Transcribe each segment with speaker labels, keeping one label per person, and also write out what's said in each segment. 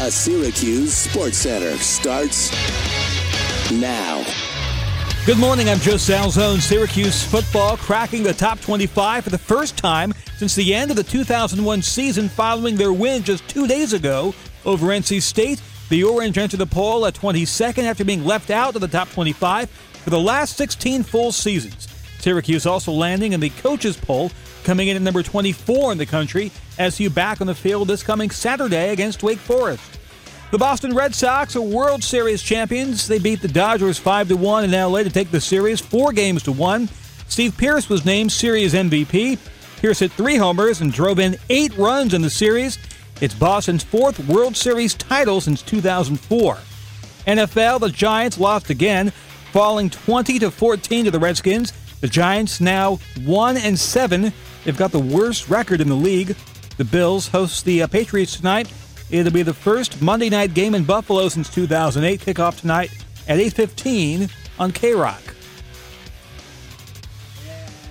Speaker 1: a Syracuse Sports Center starts now.
Speaker 2: Good morning. I'm Joe Salzone. Syracuse football cracking the top 25 for the first time since the end of the 2001 season following their win just two days ago over NC State. The Orange entered the poll at 22nd after being left out of the top 25 for the last 16 full seasons. Syracuse also landing in the coaches poll, coming in at number 24 in the country. SU back on the field this coming Saturday against Wake Forest. The Boston Red Sox are World Series champions. They beat the Dodgers 5 to 1 in LA to take the series 4 games to 1. Steve Pierce was named series MVP. Pierce hit 3 homers and drove in 8 runs in the series. It's Boston's fourth World Series title since 2004. NFL, the Giants lost again, falling 20 to 14 to the Redskins. The Giants now 1 and 7. They've got the worst record in the league. The Bills host the uh, Patriots tonight. It'll be the first Monday night game in Buffalo since 2008. Kickoff tonight at 8:15 on K Rock.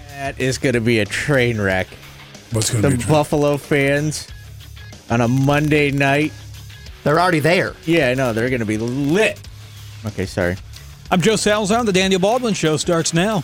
Speaker 3: That is going to be a train wreck.
Speaker 4: What's going to
Speaker 3: The
Speaker 4: be? Buff-
Speaker 3: Buffalo fans on a Monday night.
Speaker 5: They're already there.
Speaker 3: Yeah, I know. They're going to be lit. Okay, sorry.
Speaker 2: I'm Joe Salzon. The Daniel Baldwin Show starts now.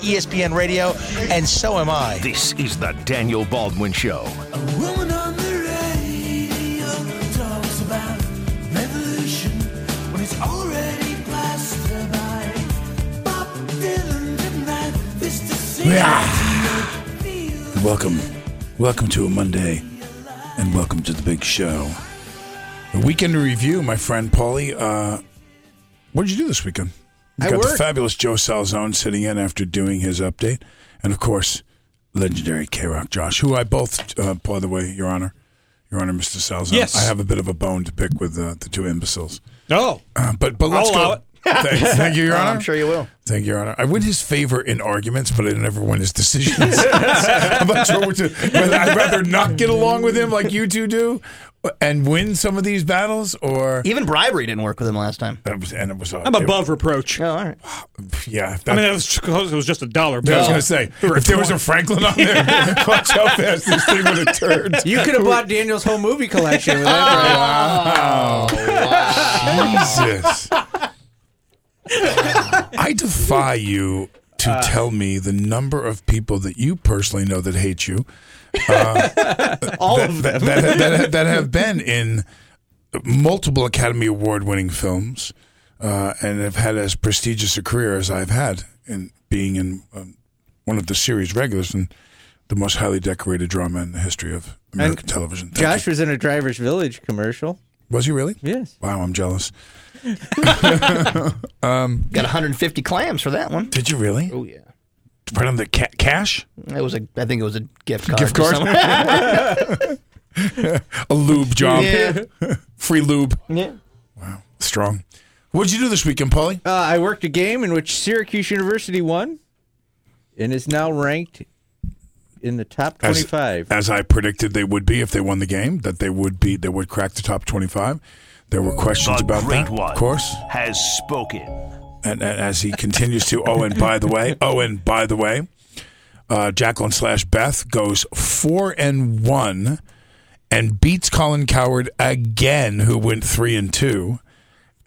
Speaker 5: ESPN Radio, and so am I.
Speaker 6: This is the Daniel Baldwin Show.
Speaker 4: welcome, welcome to a Monday, and welcome to the big show. The weekend review, my friend Paulie. Uh, what did you do this weekend? We
Speaker 3: I
Speaker 4: got the
Speaker 3: worked.
Speaker 4: fabulous Joe Salzone sitting in after doing his update, and of course, legendary K Rock Josh, who I both, uh, by the way, Your Honor, Your Honor, Mister Salzone.
Speaker 2: Yes.
Speaker 4: I have a bit of a bone to pick with uh, the two imbeciles.
Speaker 2: Oh,
Speaker 4: Uh, but but let's
Speaker 2: I'll
Speaker 4: go.
Speaker 2: allow it.
Speaker 4: Thank, thank you, Your Honor.
Speaker 5: Oh, I'm sure you will.
Speaker 4: Thank you, Your Honor. I win his favor in arguments, but I never win his decisions. I'm not sure what to. Whether I'd rather not get along with him like you two do, and win some of these battles, or
Speaker 5: Even bribery didn't work with him last time.
Speaker 4: That was- and it was. uh,
Speaker 2: I'm
Speaker 4: it-
Speaker 2: above reproach.
Speaker 5: Oh, all right.
Speaker 4: Yeah, if
Speaker 2: I
Speaker 4: that-
Speaker 2: mean, it was, it was just a dollar.
Speaker 4: I was
Speaker 2: bill.
Speaker 4: going to say, if there was a Franklin on there, watch how fast this thing would have turned.
Speaker 3: You could have bought Daniel's whole movie collection with that.
Speaker 4: Wow. Jesus. I defy you to
Speaker 3: Uh.
Speaker 4: tell me the number of people that you personally know that hate you. uh,
Speaker 3: All
Speaker 4: that,
Speaker 3: of them.
Speaker 4: That, that, that, that have been in multiple Academy Award winning films uh, and have had as prestigious a career as I've had in being in um, one of the series regulars and the most highly decorated drama in the history of American television. Thank
Speaker 3: Josh
Speaker 4: you.
Speaker 3: was in a Driver's Village commercial.
Speaker 4: Was he really?
Speaker 3: Yes.
Speaker 4: Wow, I'm jealous. Um,
Speaker 5: Got 150 clams for that one.
Speaker 4: Did you really?
Speaker 3: Oh, yeah.
Speaker 4: Right on the ca- cash?
Speaker 5: It was a. I think it was a gift card.
Speaker 4: Gift
Speaker 5: to
Speaker 4: card?
Speaker 5: someone.
Speaker 4: A lube job.
Speaker 3: Yeah.
Speaker 4: Free lube.
Speaker 3: yeah.
Speaker 4: Strong. What'd you do this weekend, Paulie?
Speaker 3: Uh, I worked a game in which Syracuse University won and is now ranked in the top 25.
Speaker 4: As I predicted they would be if they won the game, that they would be they would crack the top 25. There were questions
Speaker 6: The
Speaker 4: about
Speaker 6: Great
Speaker 4: that,
Speaker 6: One
Speaker 4: of course.
Speaker 6: has spoken.
Speaker 4: And, and as he continues to, oh, and by the way, oh, and by the way, uh, Jacqueline slash Beth goes four and one and beats Colin Coward again, who went three and two.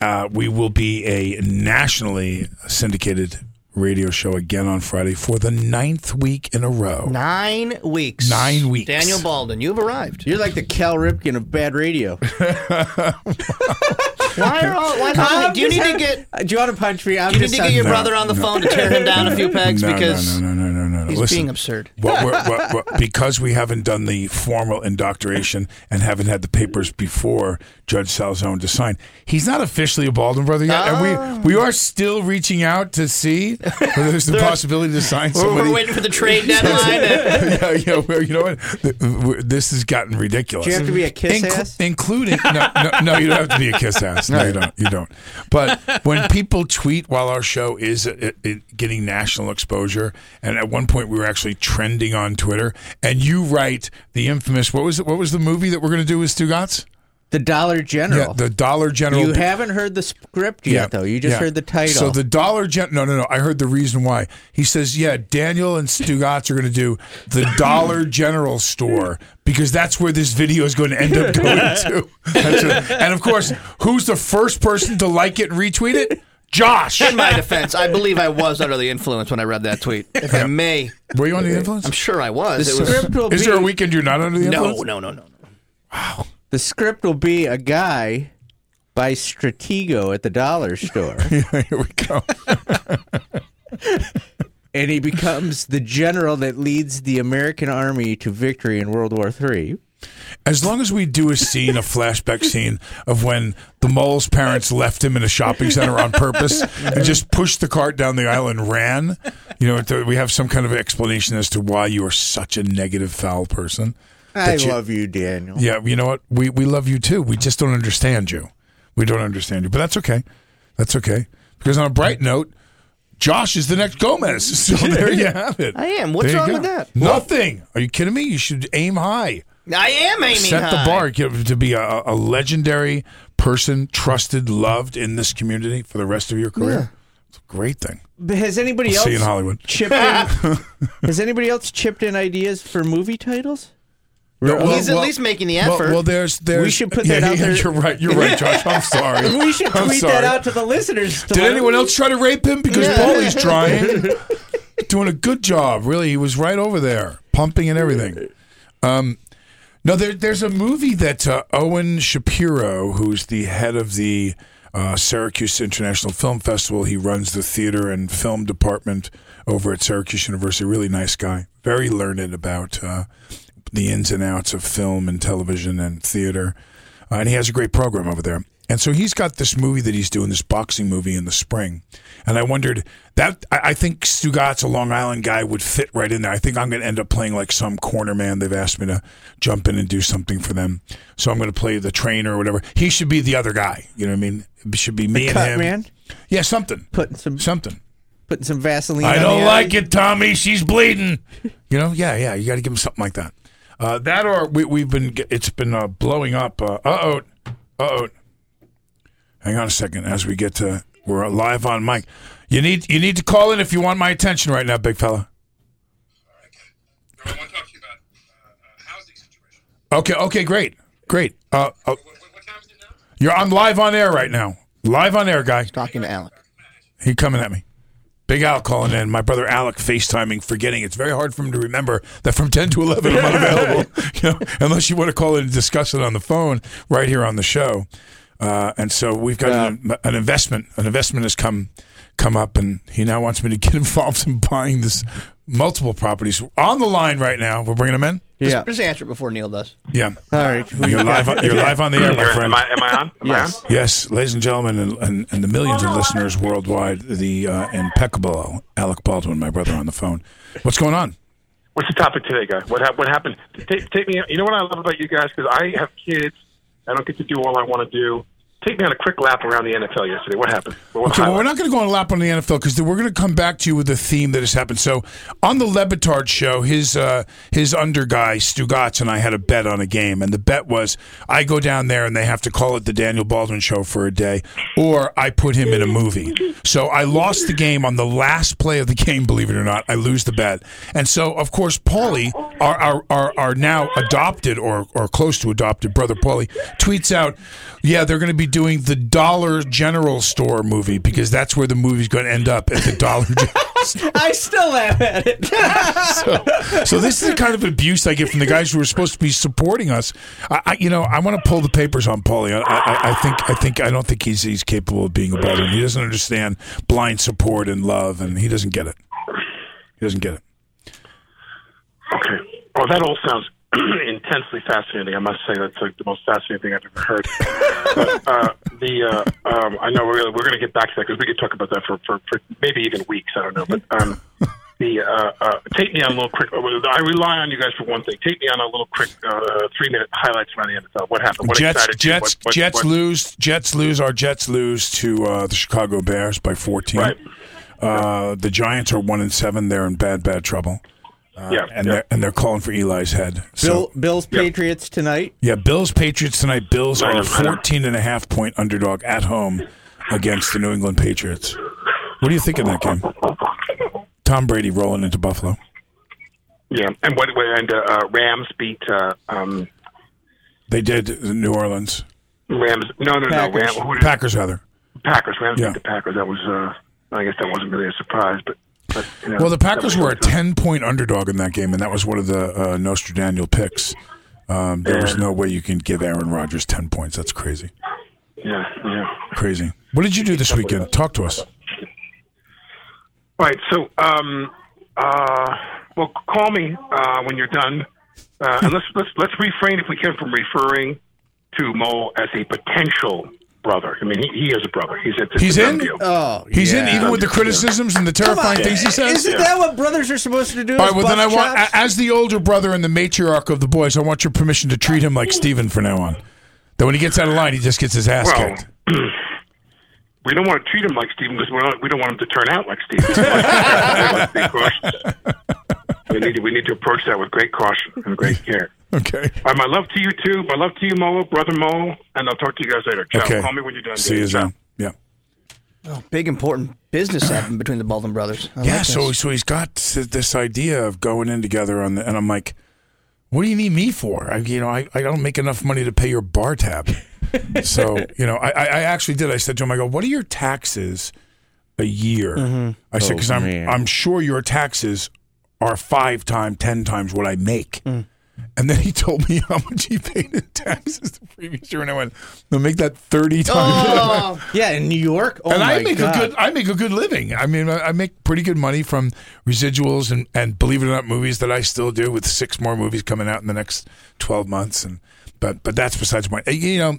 Speaker 4: Uh, we will be a nationally syndicated radio show again on Friday for the ninth week in a row.
Speaker 5: Nine weeks.
Speaker 4: Nine weeks.
Speaker 5: Daniel Baldwin, you've arrived.
Speaker 3: You're like the Cal Ripken of bad radio.
Speaker 5: Why are all? Why is all do you need to get?
Speaker 3: Do you want to punch me? I'm
Speaker 5: Do you need
Speaker 3: just
Speaker 5: to get your
Speaker 4: No,
Speaker 5: brother on the
Speaker 4: no.
Speaker 5: phone to tear him down a few pegs
Speaker 4: no,
Speaker 5: because
Speaker 4: no, no, no, no, no, no.
Speaker 7: He's
Speaker 4: Listen,
Speaker 7: being absurd.
Speaker 4: What we're, what, what, because we haven't done the formal indoctrination and haven't had the papers before Judge Salzone to sign, he's not officially a Baldwin brother yet,
Speaker 5: Ah.
Speaker 4: and we we are still reaching out to see whether there's the possibility to sign
Speaker 7: We're-
Speaker 4: somebody.
Speaker 7: we're waiting for the trade deadline.
Speaker 4: yeah, yeah. Well, you know what? Th- w- This has gotten ridiculous.
Speaker 8: Do you have to be a kiss ass?
Speaker 4: Including no, no, no, you don't have to be a kiss ass. No, you don't. You don't. But when people tweet while our show is uh it, getting national exposure, and at one point we were actually trending on Twitter, and you write the infamous what was it? What was the movie that we're going to do with Stugatz?
Speaker 8: The Dollar General.
Speaker 4: Yeah, the Dollar General.
Speaker 8: You haven't heard the script yet, though. You just
Speaker 4: yeah.
Speaker 8: heard the title.
Speaker 4: So the Dollar General. No, no, no. I heard the reason why. He says, "Yeah, Daniel and Stugatz are going to do the Dollar General store because that's where this video is going to end up going to." That's it. and of course, who's the first person to like it and retweet it? Josh.
Speaker 7: In my defense, I believe I was under the influence when I read that tweet. If I may,
Speaker 4: were you under the influence?
Speaker 7: I'm sure I was.
Speaker 8: The
Speaker 7: it was
Speaker 8: script will
Speaker 4: Is
Speaker 8: be,
Speaker 4: there a weekend you're not under the influence?
Speaker 7: no, no, no, no.
Speaker 8: The script will be a guy by Stratego at the dollar store.
Speaker 4: Here we go.
Speaker 8: and he becomes the general that leads the American army to victory in World War III.
Speaker 4: As long as we do a scene, a flashback scene of when the mole's parents left him in a shopping center on purpose and just pushed the cart down the aisle and ran, you know, th- we have some kind of explanation as to why you are such a negative, foul person.
Speaker 8: I
Speaker 4: That you-
Speaker 8: love you, Daniel.
Speaker 4: Yeah, you know what? We we love you too. We just don't understand you. We don't understand you, but that's okay. That's okay. Because on a bright note, Josh is the next Gomez. So there you have it.
Speaker 7: I am. What's
Speaker 4: There you
Speaker 7: wrong
Speaker 4: go.
Speaker 7: with that?
Speaker 4: Nothing. Are you kidding me? You should aim high.
Speaker 7: I am aiming
Speaker 4: Set
Speaker 7: high.
Speaker 4: the bar you know, to be a, a legendary person, trusted, loved in this community for the rest of your career. It's a great thing.
Speaker 8: But has anybody
Speaker 4: I'll
Speaker 8: else
Speaker 4: see you in Hollywood.
Speaker 8: chipped in? has anybody else chipped in ideas for movie titles?
Speaker 4: No,
Speaker 8: Well,
Speaker 7: He's at least making the effort.
Speaker 4: Well, well, there's, there's.
Speaker 8: We should put
Speaker 4: yeah,
Speaker 8: that out
Speaker 4: yeah,
Speaker 8: there.
Speaker 4: You're right. You're right, Josh. I'm sorry.
Speaker 8: we should
Speaker 4: I'm
Speaker 8: tweet
Speaker 4: sorry.
Speaker 8: that out to the listeners. to
Speaker 4: Did
Speaker 8: let
Speaker 4: anyone
Speaker 8: them-
Speaker 4: else try to rape him? Because Paulie's trying. Doing a good job, really. He was right over there, pumping and everything. Um, no, there, there's a movie that uh, Owen Shapiro, who's the head of the uh, Syracuse International Film Festival, he runs the theater and film department over at Syracuse University. Really nice guy, very learned about uh, the ins and outs of film and television and theater. Uh, and he has a great program over there. And so he's got this movie that he's doing, this boxing movie in the spring. And I wondered that I, I think Stugatz, a Long Island guy, would fit right in there. I think I'm going to end up playing like some corner man. They've asked me to jump in and do something for them, so I'm going to play the trainer or whatever. He should be the other guy. You know what I mean? It should be me and
Speaker 8: cut
Speaker 4: him.
Speaker 8: man?
Speaker 4: Yeah, something,
Speaker 8: Putting some
Speaker 4: something.
Speaker 8: putting some Vaseline.
Speaker 4: I
Speaker 8: on
Speaker 4: don't
Speaker 8: the
Speaker 4: like it, Tommy. She's bleeding. You know, yeah, yeah. You got to give him something like that. Uh, that or we, we've been. ge- It's been uh, blowing up. Uh oh. Uh oh. Hang on a second. As we get to, we're live on mic. You need you need to call in if you want my attention right now, big fella. Okay. Okay. Great. Great. Uh, uh, you're. I'm live on air right now. Live on air, guy.
Speaker 7: Talking to Alec.
Speaker 4: He coming at me. Big Al calling in. My brother Alec FaceTiming, forgetting. It's very hard for him to remember that from 10 to 11 I'm unavailable. You know, unless you want to call in and discuss it on the phone right here on the show. Uh, and so we've got an, an investment. An investment has come come up, and he now wants me to get involved in buying this multiple properties on the line right now. We're bringing him in.
Speaker 8: Yeah.
Speaker 7: Just answer it before Neil does.
Speaker 4: Yeah.
Speaker 8: All right. We
Speaker 4: You're live. On, you're live on the air, my friend.
Speaker 9: Am I, am I on? Am
Speaker 8: Yes.
Speaker 4: Yes, ladies and gentlemen, and, and, and the millions of listeners worldwide, the uh, impeccable Alec Baldwin, my brother on the phone. What's going on?
Speaker 10: What's the topic today, guy? What hap- what happened? Take, take me. You know what I love about you guys because I have kids. I don't get to do all I want to do. Take me on a quick lap around the NFL yesterday. What happened? What
Speaker 4: Okay, well, we're not going to go on a lap on the NFL because we're going to come back to you with a theme that has happened. So, on the Lebitard show, his uh, his under guy Stugatz and I had a bet on a game, and the bet was I go down there and they have to call it the Daniel Baldwin show for a day, or I put him in a movie. So I lost the game on the last play of the game. Believe it or not, I lose the bet, and so of course Paulie, our our, our, our now adopted or or close to adopted brother Paulie, tweets out, "Yeah, they're going to be doing the Dollar General store movie because that's where the movie's going to end up at the Dollar General."
Speaker 8: I still laugh at it.
Speaker 4: so this is the kind of abuse I get from the guys who are supposed to be supporting us. I, I you know, I want to pull the papers on Paulie. I, I, I think, I think, I don't think he's he's capable of being a Baldwin. He doesn't understand blind support and love, and he doesn't get it. He doesn't get it.
Speaker 11: Okay. Oh, that all sounds intensely fascinating. I must say that's like the most fascinating thing I've ever heard. but, uh, the uh, um, I know we're, we're going to get back to that because we could talk about that for, for, for maybe even weeks. I don't know, but um, the uh, uh, take me on a little quick. I rely on you guys for one thing. Take me on a little quick uh, three minute highlights around the NFL. What happened? What
Speaker 4: Jets
Speaker 11: excited you?
Speaker 4: Jets
Speaker 11: What- what-
Speaker 4: Jets
Speaker 11: what-
Speaker 4: lose Jets lose our Jets lose to uh, the Chicago Bears by 14.
Speaker 11: Right.
Speaker 4: Uh, the Giants are 1 and 7 they're in bad bad trouble. Uh,
Speaker 3: Yeah,
Speaker 4: and
Speaker 3: yeah.
Speaker 4: they're and they're calling for Eli's head.
Speaker 3: Bill,
Speaker 4: So
Speaker 3: Bills Patriots tonight.
Speaker 4: yeah, Bills Patriots tonight. Bills
Speaker 3: I
Speaker 4: are
Speaker 3: know,
Speaker 4: a
Speaker 3: I know.
Speaker 4: 14 and a half point underdog at home against the New England Patriots. What do you think of that game? Tom Brady rolling into Buffalo.
Speaker 11: Yeah, and what? what- And uh, uh, Rams beat uh, um,
Speaker 4: They did New Orleans.
Speaker 11: Rams. No, no, no. Rams, who did-
Speaker 4: Packers rather.
Speaker 11: Packers. Rams
Speaker 4: Yeah.
Speaker 11: beat the Packers. That was. Uh, I guess that wasn't really a surprise, but. but you know,
Speaker 4: Well, the
Speaker 11: that
Speaker 4: Packers
Speaker 11: was-
Speaker 4: were a 10 point underdog in that game, and that was one of the uh, Nostradaniel picks. Um, there was
Speaker 11: Yeah.
Speaker 4: no way you can give Aaron Rodgers 10 points. That's crazy.
Speaker 11: Yeah, yeah.
Speaker 4: Crazy. What did you do this weekend? Talk to us.
Speaker 11: Right. So, um, uh, well, call me uh, when you're done, uh, and let's let's let's refrain if we can from referring to Mo as a potential brother. I mean, he, he is a brother. He's it's, it's
Speaker 4: He's
Speaker 11: a
Speaker 4: in? Uh.
Speaker 11: done deal.
Speaker 3: Oh,
Speaker 4: He's in even with the criticisms and the terrifying things he says.
Speaker 3: Isn't that what brothers are supposed to do?
Speaker 4: All right, well, then I want, a- as the older brother and the matriarch of the boys, I want your permission to treat him like Steven from now on. That when he gets out of line, he just gets his ass
Speaker 11: Well,
Speaker 4: kicked.
Speaker 11: We don't want to treat him like Steven because we don't, we don't want him to turn out like Steven. we, need, to- we need to approach that with great caution and great care.
Speaker 4: Okay.
Speaker 11: Um, my love to you, too. My love to you, Mo, brother Mo, and I'll talk to you guys later. Ciao.
Speaker 4: Okay.
Speaker 11: Call me when you're done.
Speaker 4: See you
Speaker 11: dude. Ciao.
Speaker 4: soon. Yeah.
Speaker 1: Big important business happened between the Baldwin brothers. I
Speaker 4: yeah,
Speaker 1: like
Speaker 4: so
Speaker 1: this.
Speaker 4: so he's got s- this idea of going in together, on the, and I'm like, "What do you need me for? I, you know, I, I don't make enough money to pay your bar tab." so you know, I, I I actually did. I said to him, "I go, what are your taxes a year?"
Speaker 12: Mhm.
Speaker 4: I said,
Speaker 12: Oh,
Speaker 4: "Because I'm
Speaker 12: man.
Speaker 4: I'm sure your taxes are five times, ten times what I make." And then he told me how much he paid in taxes the previous year, and I went, "No, make that thirty times."
Speaker 3: Oh. yeah, in New York. Oh
Speaker 4: and
Speaker 3: my
Speaker 4: I make
Speaker 3: God.
Speaker 4: a good I make a good living. I mean, I I make pretty good money from residuals and, and believe it or not, movies that I still do with six more movies coming out in the next twelve months. And but but that's besides my you know,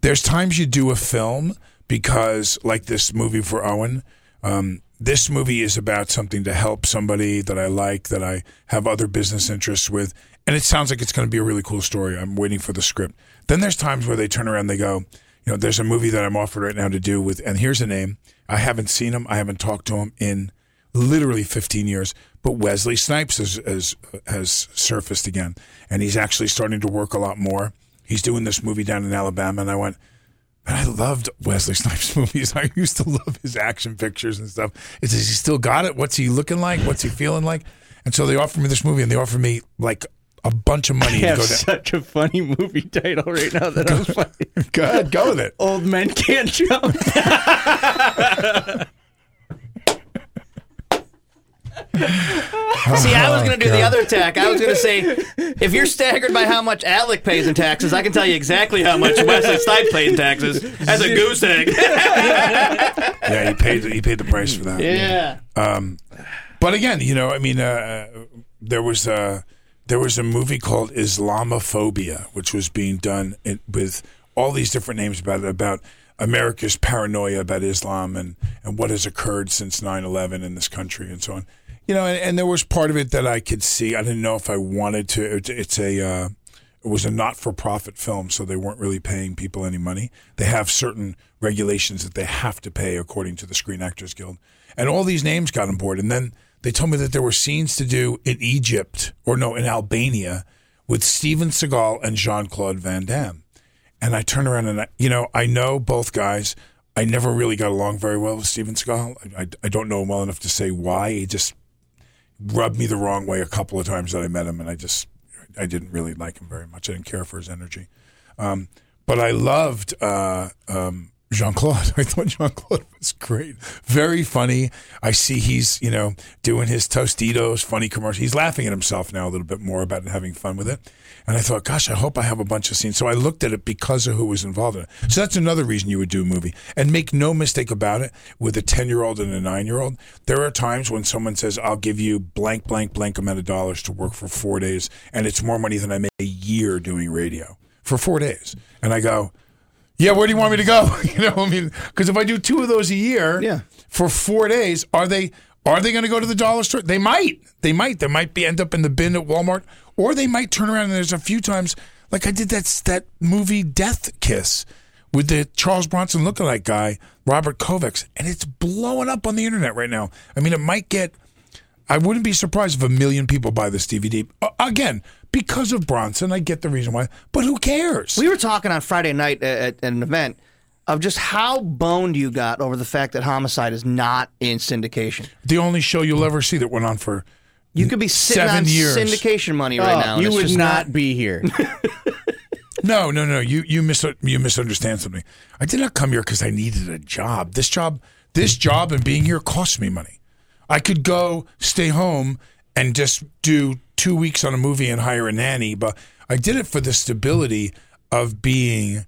Speaker 4: there's times you do a film because like this movie for Owen. Um, this movie is about something to help somebody that I like, that I have other business interests with, and it sounds like it's going to be a really cool story. I'm waiting for the script. Then there's times where they turn around, and they go, you know, there's a movie that I'm offered right now to do with, and here's a name. I haven't seen him. I haven't talked to him in literally 15 years. But Wesley Snipes has, has, has surfaced again, and he's actually starting to work a lot more. He's doing this movie down in Alabama, and I went, and I loved Wesley Snipes movies. I used to love his action pictures and stuff. Is has he still got it? What's he looking like? What's he feeling like? And so they offered me this movie, and they offered me like a bunch of money
Speaker 3: I
Speaker 4: to
Speaker 3: have
Speaker 4: go down.
Speaker 3: such a funny movie title right now that I'm like,
Speaker 4: go ahead, go with it.
Speaker 3: Old men can't jump.
Speaker 1: See, I was going to do the
Speaker 4: God.
Speaker 1: other tack. I was going to say, if you're staggered by how much Alec pays in taxes, I can tell you exactly how much Wesley Stipe paid in taxes. That's a goose egg.
Speaker 4: yeah, he paid he paid the price for that.
Speaker 1: Yeah.
Speaker 4: Um, but again, you know, I mean, uh, there was a there was a movie called Islamophobia, which was being done in, with all these different names about it, about America's paranoia about Islam and and what has occurred since 9-11 in this country and so on. You know, and, and there was part of it that I could see. I didn't know if I wanted to. It, it's a uh, it was a not for profit film, so they weren't really paying people any money. They have certain regulations that they have to pay according to the Screen Actors Guild. And all these names got on board. And then they told me that there were scenes to do in Egypt, or no, in Albania, with Steven Seagal and Jean Claude Van Damme. And I turn around and I, you know, I know both guys. I never really got along very well with Steven Seagal. I, I, I don't know him well enough to say why. He just rubbed me the wrong way a couple of times that I met him, and I just I didn't really like him very much. I didn't care for his energy. Um, but I loved uh, um, Jean Claude. I thought Jean Claude was great. Very funny. I see he's, you know, doing his Tostitos, funny commercial. He's laughing at himself now a little bit more about it, having fun with it. And I thought, gosh, I hope I have a bunch of scenes. So I looked at it because of who was involved in it. So that's another reason you would do a movie. And make no mistake about it, with a 10 year old and a 9 year old, there are times when someone says, I'll give you blank, blank, blank amount of dollars to work for four days. And it's more money than I made a year doing radio for four days. And I go, yeah, where do you want me to go? You know, I mean, because if I do two of those a year, yeah. for four days, are they are they going to go to the dollar store? They might, they might, they might be end up in the bin at Walmart, or they might turn around and there's a few times like I did that that movie Death Kiss with the Charles Bronson lookalike guy Robert Kovacs, and it's blowing up on the internet right now. I mean, it might get. I wouldn't be surprised if a million people buy this DVD Uh, again because of Bronson. I get the reason why, but who cares?
Speaker 7: We were talking on Friday night at, at an event of just how boned you got over the fact that Homicide is not in syndication.
Speaker 4: The only show you'll ever see that went on for
Speaker 7: You could be sitting
Speaker 4: seven
Speaker 7: on
Speaker 4: years.
Speaker 7: syndication money right
Speaker 4: Oh,
Speaker 7: now. and
Speaker 4: you
Speaker 7: it's
Speaker 4: would
Speaker 7: just
Speaker 4: not
Speaker 8: be here.
Speaker 4: No, no, no. You you mis- you misunderstand something. I did not come here because I needed a job. This job, this job, and being here cost me money. I could go stay home and just do two weeks on a movie and hire a nanny, but I did it for the stability of being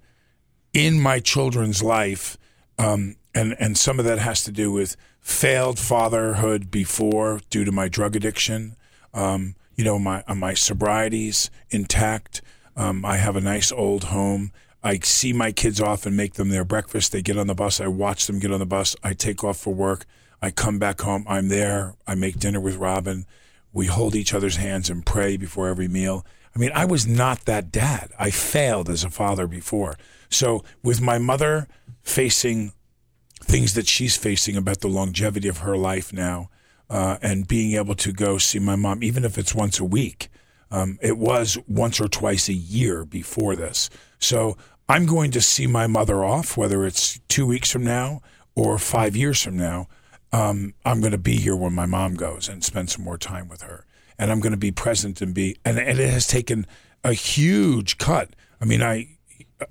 Speaker 4: in my children's life, um, and and some of that has to do with failed fatherhood before due to my drug addiction. Um, you know, my uh, my sobriety's intact. Um, I have a nice old home. I see my kids off and make them their breakfast. They get on the bus. I watch them get on the bus. I take off for work. I come back home. I'm there. I make dinner with Robin. We hold each other's hands and pray before every meal. I mean, I was not that dad. I failed as a father before. So, with my mother facing things that she's facing about the longevity of her life now, uh, and being able to go see my mom, even if it's once a week. Um, it was once or twice a year before this. So I'm going to see my mother off, whether it's two weeks from now or five years from now. Um, I'm going to be here when my mom goes and spend some more time with her. And I'm going to be present and be, and, and it has taken a huge cut. I mean, I,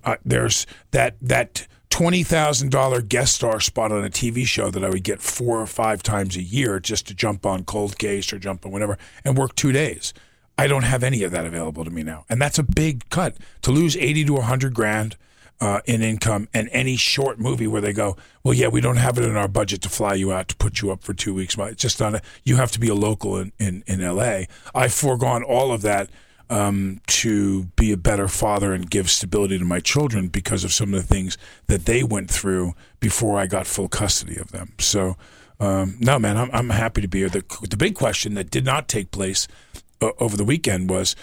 Speaker 4: uh, there's that that twenty thousand dollar guest star spot on a TV show that I would get four or five times a year just to jump on Cold Case or jump on whatever and work two days. I don't have any of that available to me now, and that's a big cut to lose eighty to hundred grand. Uh, in income and any short movie where they go, well, yeah, we don't have it in our budget to fly you out to put you up for two weeks. Well, It's just not. A, you have to be a local in in, in L.A. I've foregone all of that um, to be a better father and give stability to my children because of some of the things that they went through before I got full custody of them. So, um, no, man, I'm, I'm happy to be here. The, the big question that did not take place uh, over the weekend was,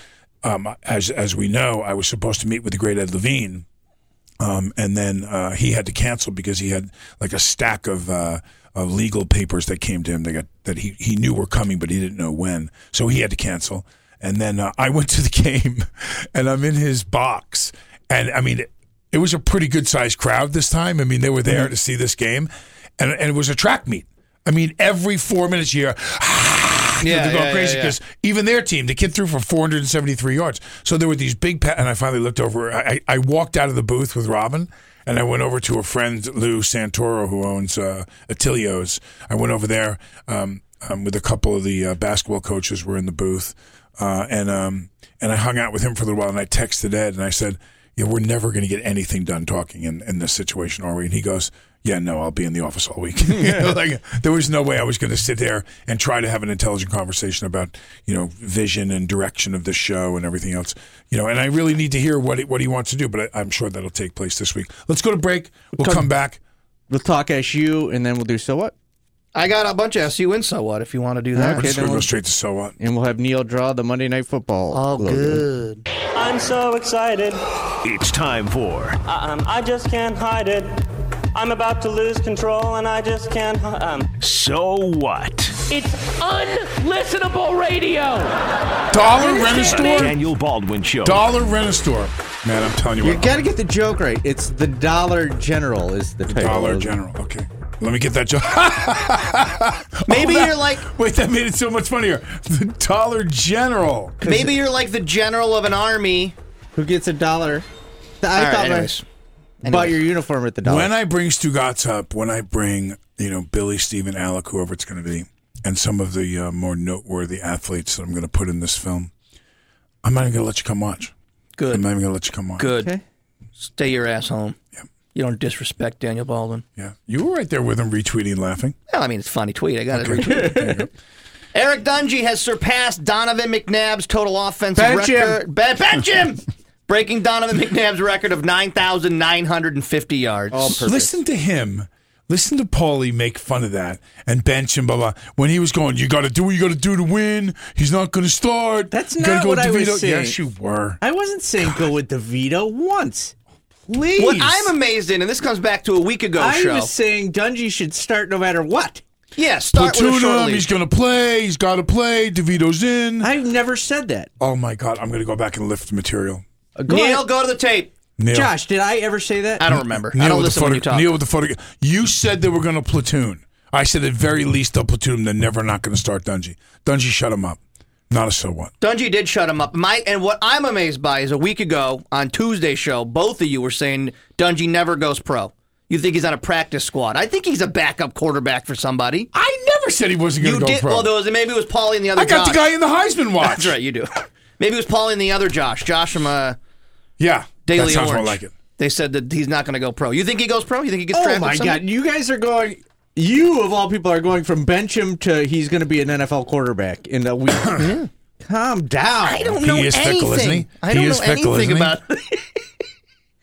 Speaker 4: um, as as we know, I was supposed to meet with the great Ed Levine. Um, and then uh, he had to cancel because he had like a stack of uh, of legal papers that came to him that got, that he, he knew were coming, but he didn't know when. So he had to cancel. And then uh, I went to the game, and I'm in his box. And I mean, it, it was a pretty good sized crowd this time. I mean, they were there to see this game, and, and it was a track meet. I mean, every four minutes, you hear, yeah,
Speaker 3: Yeah,
Speaker 4: they're going
Speaker 3: yeah,
Speaker 4: crazy
Speaker 3: yeah, yeah.
Speaker 4: because even their team, the kid threw for 473 yards. So there were these big pa- and I finally looked over. I, I I walked out of the booth with Robin, and I went over to a friend, Lou Santoro, who owns uh, Attilio's. I went over there um, um, with a couple of the uh, basketball coaches were in the booth, uh, and um, and I hung out with him for a little while. And I texted Ed, and I said, "Yeah, we're never going to get anything done talking in, in this situation, are we?" And he goes. Yeah, no, I'll be in the office all week. You know, like there was no way I was going to sit there and try to have an intelligent conversation about you know vision and direction of the show and everything else. You know, and I really need to hear what he, what he wants to do, but I, I'm sure that'll take place this week. Let's go to break. We'll come back.
Speaker 8: We'll talk SU, and then we'll do so what.
Speaker 7: I got a bunch of SU in so what if you want to do that.
Speaker 8: Okay, then we'll,
Speaker 4: straight to so what,
Speaker 8: and we'll have Neil draw the Monday Night Football. Oh,
Speaker 7: good.
Speaker 13: I'm so excited.
Speaker 6: It's time for
Speaker 13: Um, I just can't hide it. I'm about to lose control, and I just can't. hi- Um.
Speaker 6: So What?
Speaker 14: It's unlistenable radio.
Speaker 4: Dollar
Speaker 14: Understand
Speaker 4: Rent a
Speaker 14: me?
Speaker 4: Store?
Speaker 6: Daniel Baldwin Show.
Speaker 4: Dollar Rent a Store. Man, I'm telling you
Speaker 8: You
Speaker 4: what.
Speaker 8: got to get the joke right. It's the Dollar General is the title.
Speaker 4: Dollar General. Okay. Let me get that joke.
Speaker 7: Maybe
Speaker 4: that-
Speaker 7: you're like
Speaker 4: wait, that made it so much funnier. The Dollar General.
Speaker 7: maybe you're like the general of an army
Speaker 8: who gets a dollar. I
Speaker 7: All right,
Speaker 8: thought my-
Speaker 7: anyways.
Speaker 8: Buy your uniform at the dollar.
Speaker 4: When I bring Stugatz up, when I bring you know Billy, Steven, Alec, whoever it's going to be, and some of the uh, more noteworthy athletes that I'm going to put in this film, I'm not even going to let you come watch.
Speaker 7: Good.
Speaker 4: I'm not even going to let you come watch.
Speaker 7: Good. Stay your ass home. You don't disrespect Daniel Baldwin.
Speaker 4: Yeah. You were right there with him retweeting, laughing.
Speaker 7: Well, I mean, it's a funny tweet. I got it. Eric Dungy has surpassed Donovan McNabb's total offensive
Speaker 4: Bench him.
Speaker 7: record. Be- bench him! Breaking Donovan McNabb's record of 9,950 yards.
Speaker 4: Listen to him. Listen to Paulie make fun of that and bench him, blah, blah. When he was going, you got to do what you got to do to win. He's not going to start.
Speaker 3: That's
Speaker 4: You gotta
Speaker 3: not
Speaker 4: go
Speaker 3: what I
Speaker 4: DeVito."
Speaker 3: was saying.
Speaker 4: Yes, you were.
Speaker 3: I wasn't saying go with DeVito once. Please.
Speaker 7: What I'm amazed in, and this comes back to a week ago
Speaker 3: I
Speaker 7: show.
Speaker 3: was saying Dungy should start no matter what.
Speaker 7: Yeah, start with a
Speaker 4: Platoon
Speaker 7: short
Speaker 4: him.
Speaker 7: leash.
Speaker 4: He's going to play. He's got to play. DeVito's in.
Speaker 3: I've never said that.
Speaker 4: Oh, my God. I'm going to go back and lift the material.
Speaker 7: Neil, go to the tape.
Speaker 4: Neil.
Speaker 3: Josh, did I ever say that?
Speaker 7: I don't remember.
Speaker 4: Neil
Speaker 7: I don't
Speaker 4: with
Speaker 7: listen
Speaker 4: the
Speaker 7: when you
Speaker 4: photo-
Speaker 7: talk.
Speaker 4: Neil with the photo. You said they were going to platoon. I said at very least they'll platoon. They're never not going to start Dungy. Dungy shut him up. Not a so what.
Speaker 7: Dungy did shut him up. My and what I'm amazed by is a week ago on Tuesday's show, both of you were saying Dungy never goes pro. You think he's on a practice squad? I think he's a backup quarterback for somebody.
Speaker 4: I never said he wasn't
Speaker 7: You
Speaker 4: going to go
Speaker 7: did.
Speaker 4: pro.
Speaker 7: Well, there was maybe it was Paulie and the other.
Speaker 4: I got the
Speaker 7: Josh.
Speaker 4: guy in the Heisman watch.
Speaker 7: That's right, you do. Maybe it was Paulie and the other Josh. Josh from uh,
Speaker 4: yeah,
Speaker 7: Daily
Speaker 4: that sounds
Speaker 7: Orange.
Speaker 4: more like it.
Speaker 7: They said that he's not going to go pro. You think he goes pro? You think he gets
Speaker 3: Oh
Speaker 7: drafted?
Speaker 3: my
Speaker 7: someday?
Speaker 3: god, you guys are going. You of all people are going from bench him to he's going to be an NFL quarterback in a week. Calm down.
Speaker 7: I don't know anything. I don't know anything about.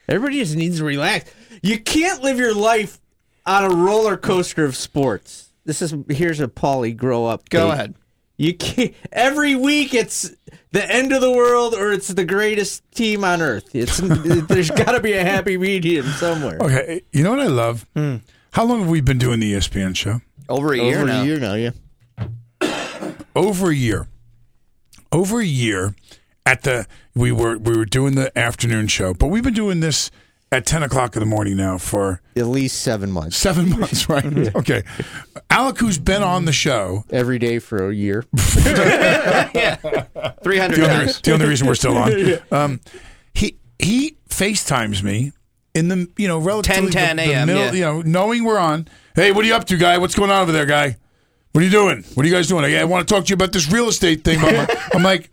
Speaker 3: Everybody just needs to relax. You can't live your life on a roller coaster of sports. This is here's a Paulie grow up.
Speaker 7: Go
Speaker 3: date.
Speaker 7: ahead.
Speaker 3: You can't, every week it's the end of the world or it's the greatest team on earth. It's there's got to be a happy medium somewhere.
Speaker 4: Okay, you know what I love?
Speaker 7: Hmm.
Speaker 4: How long have we been doing the E ESPN show?
Speaker 7: Over a year now.
Speaker 3: yeah.
Speaker 4: Over a year. Over a year. At the we were we were doing the afternoon show, but we've been doing this at ten o'clock in the morning now for
Speaker 8: At least seven months.
Speaker 4: seven months, right?
Speaker 7: Mm-hmm.
Speaker 4: Okay, Alec, who's been on the show,
Speaker 8: Every day for a year.
Speaker 7: Three hundred
Speaker 4: the only,
Speaker 7: times.
Speaker 4: the only reason we're still on. Um, he he FaceTimes me in the you know relatively
Speaker 7: 10,
Speaker 4: the- the
Speaker 7: 10
Speaker 4: middle,
Speaker 7: yeah.
Speaker 4: you know knowing we're on. Hey, what are you up to, guy? What's going on over there, guy? What are you doing? What are you guys doing? I, I want to talk to you about this real estate thing. I'm like- I'm like.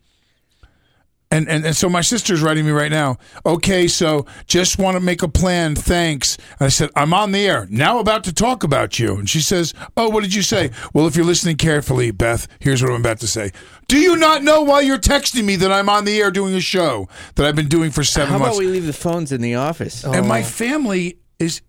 Speaker 4: And, and, and so my sister's writing me right now. Okay, so just want to make a plan. Thanks. And I said, I'm on the air now, about to talk about you. And she says, Oh, what did you say? Well, if you're listening carefully, Beth, here's what I'm about to say. Do you not know why you're texting me that I'm on the air doing a show that I've been doing for seven
Speaker 3: How
Speaker 4: months? Oh,
Speaker 3: about we leave the phones in the office?
Speaker 4: And
Speaker 7: Oh.
Speaker 4: my family is.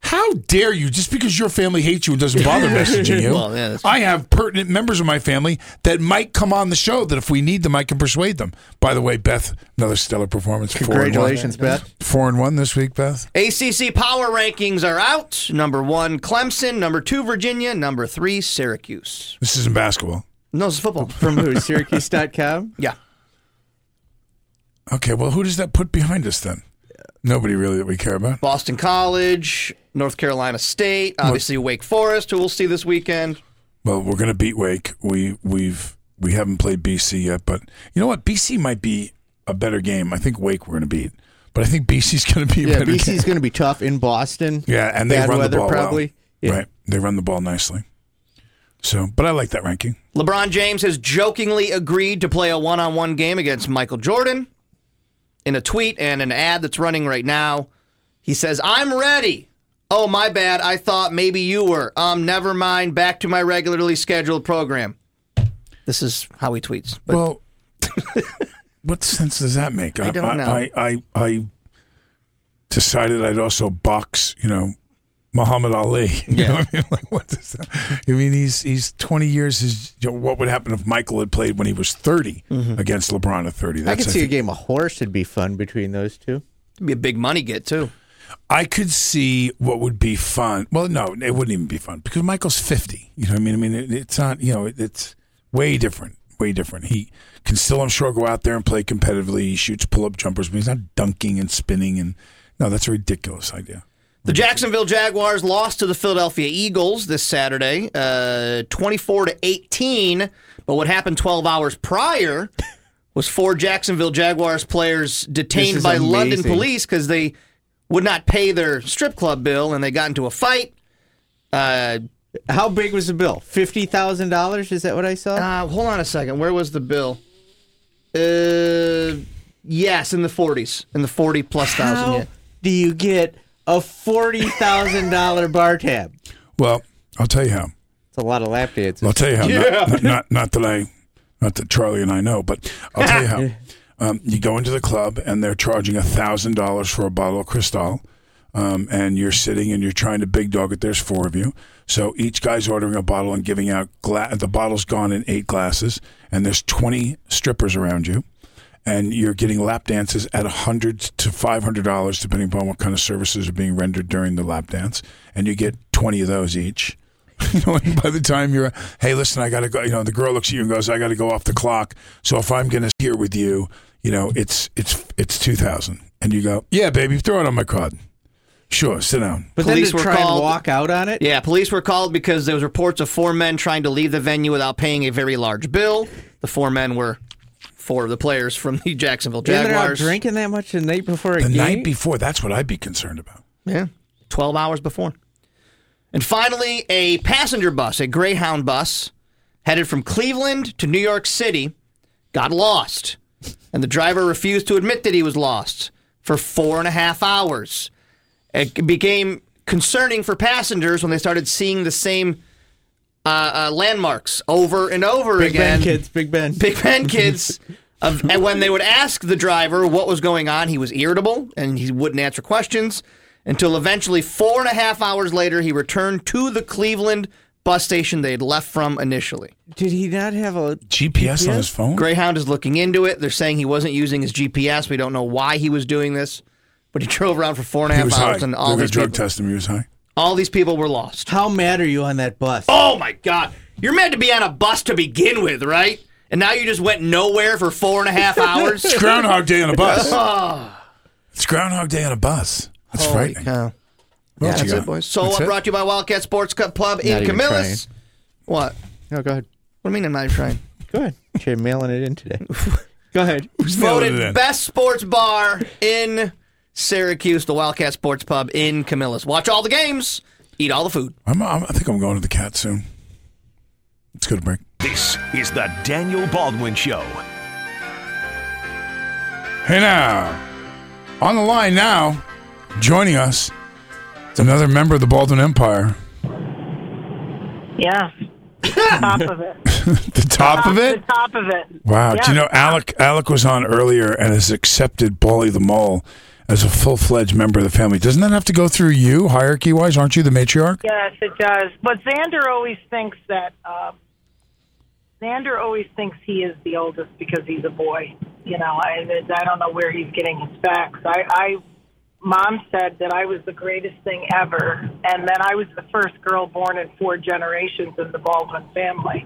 Speaker 4: How dare you? Just because your family hates you and doesn't bother messaging you,
Speaker 7: Well, yeah, that's-
Speaker 4: I have pertinent members of my family that might come on the show. That if we need them, I can persuade them. By the way, Beth, another stellar performance. Four and one.
Speaker 8: Congratulations, Beth.
Speaker 4: Four and one this week, Beth.
Speaker 7: ACC power rankings are out. Number one, Clemson. Number two, Virginia. Number three, Syracuse.
Speaker 4: This isn't basketball.
Speaker 7: No, it's football.
Speaker 3: From who? Syracuse.com?
Speaker 7: Yeah.
Speaker 4: Okay, well, who does that put behind us then? Nobody really that we care about.
Speaker 7: Boston College, North Carolina State, obviously Wake Forest, who we'll see this weekend.
Speaker 4: Well, we're gonna beat Wake. We we've we haven't played BC yet, but you know what? BC might be a better game. I think Wake we're gonna beat, but I think BC's gonna be a
Speaker 8: Yeah,
Speaker 4: better game.
Speaker 8: BC's going to be tough in Boston.
Speaker 4: Yeah, and they
Speaker 8: Bad
Speaker 4: run
Speaker 8: weather
Speaker 4: the ball
Speaker 8: probably.
Speaker 4: well. Right, they run the ball nicely. So, but I like that ranking.
Speaker 7: LeBron James has jokingly agreed to play a one on one game against Michael Jordan. In a tweet and an ad that's running right now, he says, I'm ready. Oh, my bad. I thought maybe you were. Um, never mind. Back to my regularly scheduled program. This is how he tweets. But
Speaker 4: well, what sense does that make?
Speaker 7: I don't
Speaker 4: I,
Speaker 7: know.
Speaker 4: I, I, I decided I'd also box, you know, Muhammad Ali. You know what I mean? Like, what does that? I mean, he's he's 20 years. His, you know, what would happen if Michael had played when he was 30 against LeBron at 30?
Speaker 8: Mm-hmm. I could see a
Speaker 4: think-
Speaker 8: game of horse would be fun between those two.
Speaker 7: it'd be a big money get, too.
Speaker 4: I could see what would be fun. Well, no, it wouldn't even be fun because Michael's 50. You know what I mean? I mean, it, it's not, you know, it, it's way different, way different. He can still, I'm sure, go out there and play competitively. He shoots pull up jumpers, but he's not dunking and spinning. And no, that's a ridiculous idea.
Speaker 7: The Jacksonville Jaguars lost to the Philadelphia Eagles this Saturday, uh, 24 to 18. But what happened 12 hours prior was four Jacksonville Jaguars players
Speaker 3: This
Speaker 7: detained
Speaker 3: is
Speaker 7: by London
Speaker 3: amazing.
Speaker 7: police because they would not pay their strip club bill, and they got into a fight. Uh,
Speaker 3: How big was the bill? Fifty thousand dollars? Is that what I saw?
Speaker 7: Uh, hold on a second. Where was the bill? Uh, yes, in the forties, in the forty plus thousand.
Speaker 3: How
Speaker 7: Yeah.
Speaker 3: do you get a forty thousand dollar bar tab?
Speaker 4: Well, I'll tell you how.
Speaker 3: It's a lot of lap dances.
Speaker 4: I'll tell you how.
Speaker 3: Yeah.
Speaker 4: Not, not, not that I, not that Charlie and I know, but I'll tell you how. Um, you go into the club and they're charging thousand dollars for a bottle of Cristal, um, and you're sitting and you're trying to big dog it. There's four of you, so each guy's ordering a bottle and giving out. Gla- the bottle's gone in eight glasses, and there's twenty strippers around you, and you're getting lap dances at hundred to five hundred dollars, depending upon what kind of services are being rendered during the lap dance, and you get twenty of those each. You know, and by the time you're, hey, listen, I got to go. You know, the girl looks at you and goes, I got to go off the clock. So if I'm going to here with you, you know, it's it's it's two thousand, and you go, yeah, baby, throw it on my card. Sure, sit down.
Speaker 3: But
Speaker 7: Police
Speaker 3: then
Speaker 7: were
Speaker 3: to try
Speaker 7: called.
Speaker 3: and walk out on it.
Speaker 7: Yeah, police were called because there was reports of four men trying to leave the venue without paying a very large bill. The four men were four of the players from the Jacksonville
Speaker 3: Yeah, they're not
Speaker 7: Jaguars.
Speaker 3: drinking that much the night before a
Speaker 4: The
Speaker 3: game.
Speaker 4: night before, that's what I'd be concerned about.
Speaker 7: Yeah, 12 hours before. And finally, a passenger bus, a Greyhound bus, headed from Cleveland to New York City, got lost. And the driver refused to admit that he was lost for four and a half hours. It became concerning for passengers when they started seeing the same uh, uh, landmarks over and over
Speaker 3: Big
Speaker 7: again.
Speaker 3: Ben kids, Big Ben.
Speaker 7: Big Ben kids. Of, and when they would ask the driver what was going on, he was irritable and he wouldn't answer questions until eventually, four and a half hours later, he returned to the Cleveland bus station they had left from initially.
Speaker 3: Did he not have a
Speaker 4: GPS on his phone?
Speaker 7: Greyhound is looking into it. They're saying he wasn't using his GPS. We don't know why he was doing this, but he drove around for four and a
Speaker 4: He
Speaker 7: half
Speaker 4: was high.
Speaker 7: hours,
Speaker 4: They're
Speaker 7: and all
Speaker 4: going to
Speaker 7: these
Speaker 4: drug
Speaker 7: people,
Speaker 4: test him. He was high.
Speaker 7: all these people were lost.
Speaker 3: How mad are you on that bus?
Speaker 7: Oh my God! You're meant to be on a bus to begin with, right? And now you just went nowhere for four and a half hours.
Speaker 4: It's Groundhog Day on a bus.
Speaker 7: Oh.
Speaker 4: It's Groundhog Day on a bus. That's
Speaker 7: Holy
Speaker 4: frightening.
Speaker 7: Cow.
Speaker 4: What
Speaker 7: Yeah,
Speaker 4: else you
Speaker 7: that's
Speaker 4: got?
Speaker 7: it, boys. So
Speaker 4: That's
Speaker 7: uh,
Speaker 4: it?
Speaker 7: brought to you by Wildcat Sports Cup Pub
Speaker 3: Not
Speaker 7: in
Speaker 3: even
Speaker 7: Camillus. What?
Speaker 3: No, go ahead.
Speaker 7: What do you mean I'm not even trying?
Speaker 3: Go ahead. Jay, mailing it in today. go ahead.
Speaker 4: it in.
Speaker 7: Voted best sports bar in Syracuse, the Wildcat Sports Pub in Camillus. Watch all the games, eat all the food.
Speaker 4: I'm, I'm, I think I'm going to the cat soon. Let's go to break.
Speaker 6: This is the Daniel Baldwin Show.
Speaker 4: Hey now, on the line now, joining us, is another member of the Baldwin Empire.
Speaker 11: Yeah. top of it.
Speaker 4: The top of it.
Speaker 11: The top of it.
Speaker 4: Wow.
Speaker 11: Yeah.
Speaker 4: Do you know Alec? Alec was on earlier and has accepted Bolly the Mole as a full fledged member of the family. Doesn't that have to go through you hierarchy wise? Aren't you the matriarch?
Speaker 11: Yes, it does. But Xander always thinks that uh, Xander always thinks he is the oldest because he's a boy. You know, I I don't know where he's getting his facts. I, I mom said that I was the greatest thing ever, and that I was the first girl born in four generations in the Baldwin family.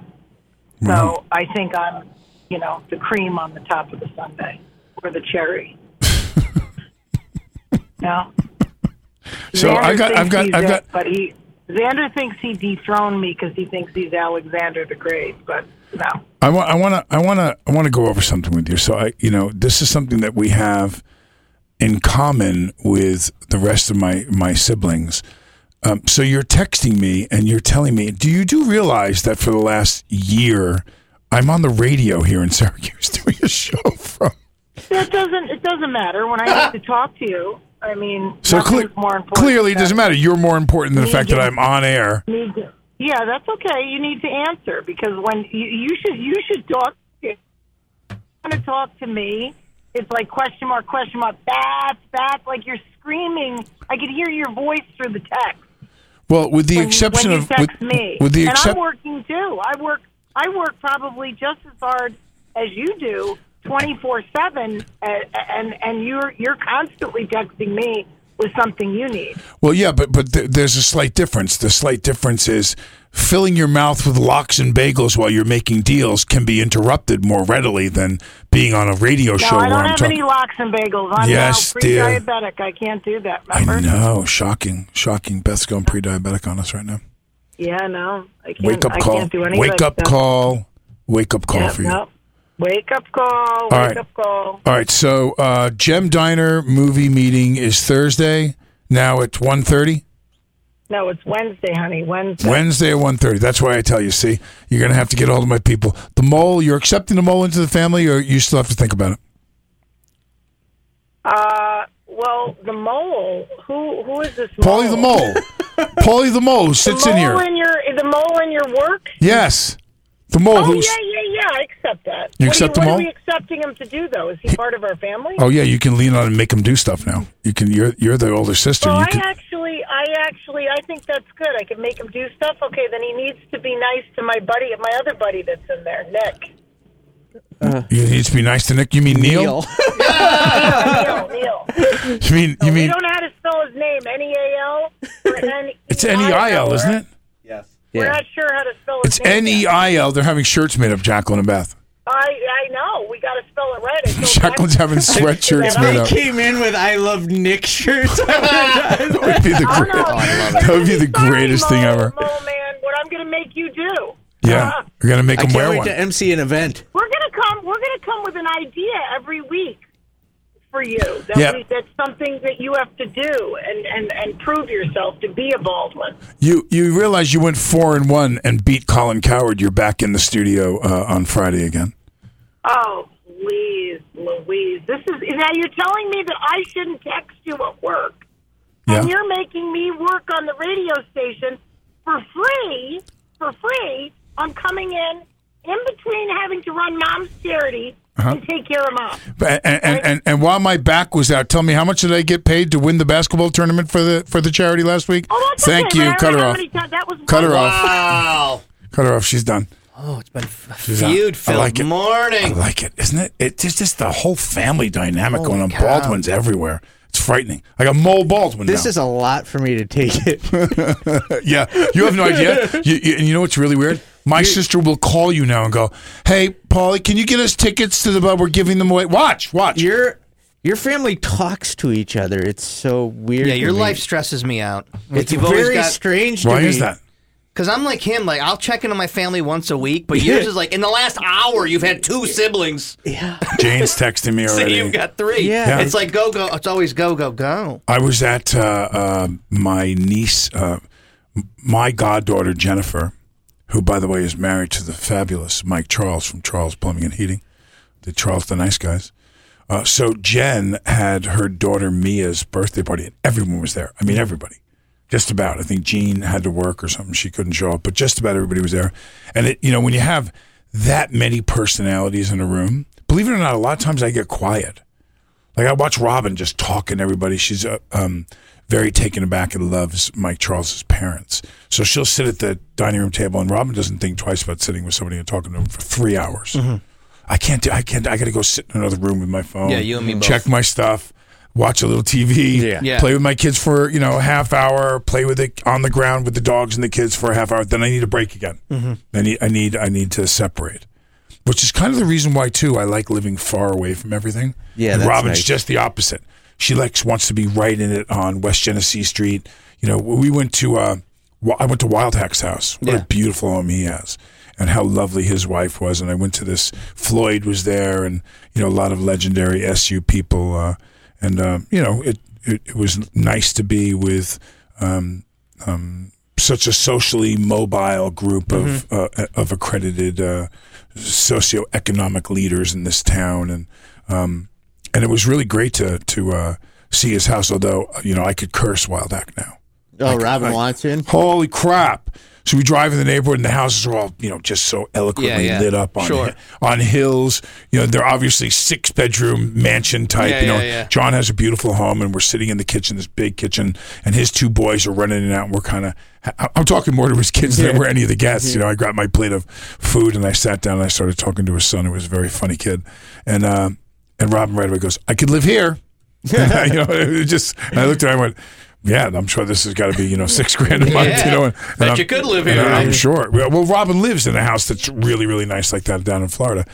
Speaker 11: So I think I'm, you know, the cream on the top of the sundae or the cherry. no.
Speaker 4: So
Speaker 11: Xander
Speaker 4: I got- I've
Speaker 11: thinks
Speaker 4: got-
Speaker 11: he's
Speaker 4: I've
Speaker 11: it,
Speaker 4: got-
Speaker 11: but he Xander thinks he dethroned me because he thinks he's Alexander the Great, but no.
Speaker 4: I want. I want to. I want to. I want to go over something with you. So I, you know, this is something that we have in common with the rest of my my siblings. Um, so you're texting me and you're telling me, do you do realize that for the last year, I'm on the radio here in Syracuse doing a show from?
Speaker 11: That doesn't. It doesn't matter when I need to talk to you. I mean,
Speaker 4: So cle-
Speaker 11: nothing's more important
Speaker 4: clearly, it
Speaker 11: than-
Speaker 4: doesn't matter. You're more important than the
Speaker 11: Me
Speaker 4: fact that I'm
Speaker 11: getting-
Speaker 4: on air.
Speaker 11: Need to- yeah, that's okay. You need to answer because when you, you should you should talk. If you want to talk to me? It's like question mark question mark bats bats. Like you're screaming. I could hear your voice through the text.
Speaker 4: Well, with the
Speaker 11: when you-
Speaker 4: exception
Speaker 11: when you
Speaker 4: of with,
Speaker 11: text me.
Speaker 4: with the
Speaker 11: and
Speaker 4: exception.
Speaker 11: I'm working too. I work I work probably just as hard as you do, twenty four seven, and and you're you're constantly texting me with something you need.
Speaker 4: Well, yeah, but but th- there's a slight difference. The slight difference is filling your mouth with locks and bagels while you're making deals can be interrupted more readily than being on a radio
Speaker 11: No,
Speaker 4: show
Speaker 11: I
Speaker 4: where
Speaker 11: don't
Speaker 4: I'm
Speaker 11: have
Speaker 4: talking.
Speaker 11: any locks and bagels. I'm
Speaker 4: Yes,
Speaker 11: now
Speaker 4: dear.
Speaker 11: pre-diabetic. I can't do that. Remember?
Speaker 4: I know, shocking, shocking. Beth's going pre-diabetic on us right now.
Speaker 11: Yeah, no, I can't.
Speaker 4: Wake up
Speaker 11: I
Speaker 4: call.
Speaker 11: can't do any of
Speaker 4: Wake
Speaker 11: that
Speaker 4: up
Speaker 11: stuff.
Speaker 4: call. Wake up call
Speaker 11: Yeah,
Speaker 4: for you.
Speaker 11: No, Wake up call. Wake
Speaker 4: All right.
Speaker 11: up call.
Speaker 4: All right, so uh, Gem Diner movie meeting is Thursday. Now at 1.30?
Speaker 11: No, it's Wednesday, honey. Wednesday.
Speaker 4: Wednesday at 1.30. That's why I tell you, see? You're going to have to get hold of my people. The mole, you're accepting the mole into the family, or you still have to think about it?
Speaker 11: Uh, well, the mole. Who who is this? Mole?
Speaker 4: Polly the mole. Polly the mole who sits
Speaker 11: the
Speaker 4: in
Speaker 11: mole
Speaker 4: here.
Speaker 11: your the mole in your work.
Speaker 4: Yes. The mole
Speaker 11: oh
Speaker 4: who's...
Speaker 11: yeah, yeah, yeah. I accept that.
Speaker 4: You
Speaker 11: What are
Speaker 4: accept the
Speaker 11: what
Speaker 4: mole?
Speaker 11: are we accepting him to do though? Is he part of our family?
Speaker 4: Oh yeah, you can lean on and make him do stuff now. You can. You're you're the older sister.
Speaker 11: Well,
Speaker 4: you
Speaker 11: Oh, I
Speaker 4: can,
Speaker 11: actually, I actually, I think that's good. I can make him do stuff. Okay, then he needs to be nice to my buddy, my other buddy that's in there, Nick.
Speaker 4: you need to be nice to Nick. You mean Neil?
Speaker 11: Neil, Neil.
Speaker 4: You mean you
Speaker 11: We
Speaker 4: mean
Speaker 11: don't know how to spell his name. N e a l or N.
Speaker 4: it's N E I L, isn't it?
Speaker 11: We're
Speaker 4: Yeah.
Speaker 11: not sure how to spell his
Speaker 4: It's
Speaker 11: name.
Speaker 4: N E I L. They're having shirts made of Jacqueline and Beth.
Speaker 11: I I know. We got to spell it right. E I told
Speaker 4: Jacqueline's having sweatshirts
Speaker 3: If
Speaker 4: made
Speaker 3: they
Speaker 4: up.
Speaker 3: came in with "I love Nick" shirts, I would
Speaker 4: That would be the,
Speaker 11: Oh,
Speaker 4: great, that would be the greatest thing ever.
Speaker 11: man, what I'm going to make you do. Uh,
Speaker 4: Yeah, we're gonna make
Speaker 3: I
Speaker 4: him
Speaker 3: can't
Speaker 4: wear
Speaker 3: wait
Speaker 4: one.
Speaker 3: to MC an event.
Speaker 11: We're going to come. We're going to come with an idea every week for you. That
Speaker 4: Yeah.
Speaker 11: we, that's something that you have to do and, and, and prove yourself to be a Baldwin.
Speaker 4: You you realize you went four and one and beat Colin Coward. You're back in the studio uh, on Friday again.
Speaker 11: Oh, please, Louise. This is now you're telling me that I shouldn't text you at work, and
Speaker 4: Yeah.
Speaker 11: you're making me work on the radio station for free. For free, I'm coming in in between having to run mom's charity
Speaker 4: Uh-huh.
Speaker 11: and take care of mom.
Speaker 4: And and, and and while my back was out, tell me how much did I get paid to win the basketball tournament for the for the charity last week?
Speaker 11: Oh, that's
Speaker 4: Thank
Speaker 11: okay,
Speaker 4: you.
Speaker 11: but I
Speaker 4: Cut
Speaker 11: don't
Speaker 4: her
Speaker 11: know how
Speaker 4: off.
Speaker 11: many times- That was
Speaker 4: Cut her
Speaker 11: one-
Speaker 4: off. Cut her off. She's done.
Speaker 7: Oh, it's been f-
Speaker 4: She's out.
Speaker 7: feud
Speaker 4: I
Speaker 7: filled
Speaker 4: like it.
Speaker 7: morning.
Speaker 4: I like it, isn't it? It's just, just the whole family dynamic going on. Baldwin's everywhere. It's frightening. I got Mole Baldwin.
Speaker 3: This
Speaker 4: now.
Speaker 3: is a lot for me to take it.
Speaker 4: yeah, you have no idea. You, you, and you know what's really weird? My sister will call you now and go, "Hey, Paulie, can you get us tickets to the bub? We're giving them away. Watch, watch."
Speaker 3: Your your family talks to each other. It's so weird.
Speaker 7: Yeah,
Speaker 3: to
Speaker 7: your
Speaker 3: me.
Speaker 7: life stresses me out.
Speaker 3: It's very strange. To me.
Speaker 7: Because I'm like him. Like I'll check into my family once a week, but yours is like in the last hour you've had two siblings.
Speaker 3: Yeah.
Speaker 4: Jane's texting me
Speaker 7: So
Speaker 4: already.
Speaker 7: you've got three.
Speaker 4: Yeah.
Speaker 7: It's like go go. It's always go go go.
Speaker 4: I was at uh, uh, my niece, uh, m- my goddaughter Jennifer, who, by the way, is married to the fabulous Mike Charles from Charles Plumbing and Heating, the Charles the Nice Guys. Uh, so Jen had her daughter Mia's birthday party, and everyone was there. I mean, everybody, just about. I think Jean had to work or something; she couldn't show up, but just about everybody was there. And it, you know, when you have that many personalities in a room, believe it or not, a lot of times I get quiet. Like I watch Robin just talking to everybody. She's uh, um, very taken aback and loves Mike Charles's parents. So she'll sit at the dining room table, and Robin doesn't think twice about sitting with somebody and talking to them for three hours. I can't. do- I can't. I got to go sit in another room with my phone.
Speaker 7: Yeah, you and me both.
Speaker 4: Check my stuff. Watch a little TV.
Speaker 7: Yeah.
Speaker 4: Play with my kids for you know a half hour. Play with it on the ground with the dogs and the kids for a half hour. Then I need a break again.
Speaker 7: Mhm.
Speaker 4: I need. I need. I need to separate. Which is kind of the reason why too I like living far away from everything.
Speaker 3: Yeah,
Speaker 4: And
Speaker 3: that's
Speaker 4: Robin's
Speaker 3: nice.
Speaker 4: just the opposite. She likes wants to be right in it on West Genesee Street. You know, we went to uh, Wi- I went to Wild Hack's house. What a beautiful home he has, and how lovely his wife was. And I went to this. Floyd was there, and you know a lot of legendary SU people. Uh, and uh, you know it, it it was nice to be with um, um, such a socially mobile group of
Speaker 3: Mm-hmm.
Speaker 4: uh, of accredited uh, socioeconomic leaders in this town, and um, and it was really great to to uh, see his house. Although you know, I could curse Wild Act now.
Speaker 3: Oh, Robin Watson.
Speaker 4: Holy crap! So we drive in the neighborhood, and the houses are all you know just so eloquently
Speaker 3: Yeah, yeah.
Speaker 4: lit up on
Speaker 3: Sure.
Speaker 4: hi- on hills. You know, they're obviously six bedroom mansion type.
Speaker 7: Yeah,
Speaker 4: you know,
Speaker 7: yeah, yeah.
Speaker 4: John has a beautiful home, and we're sitting in the kitchen, this big kitchen, and his two boys are running in and out. And we're kind of, I'm talking more to his kids than I were any of the guests. You know, I grabbed my plate of food and I sat down and I started talking to his son, who was a very funny kid, and uh, and Robin right away goes, "I could live here." you know, it just and I looked at him and went. Yeah, and I'm sure this has got to be you know six grand a month,
Speaker 7: Yeah.
Speaker 4: you know. And,
Speaker 7: Bet
Speaker 4: I'm-
Speaker 7: you could live
Speaker 4: and
Speaker 7: here,
Speaker 4: I'm
Speaker 7: right?
Speaker 4: sure. Well, well, Robin lives in a house that's really really nice like that down in Florida.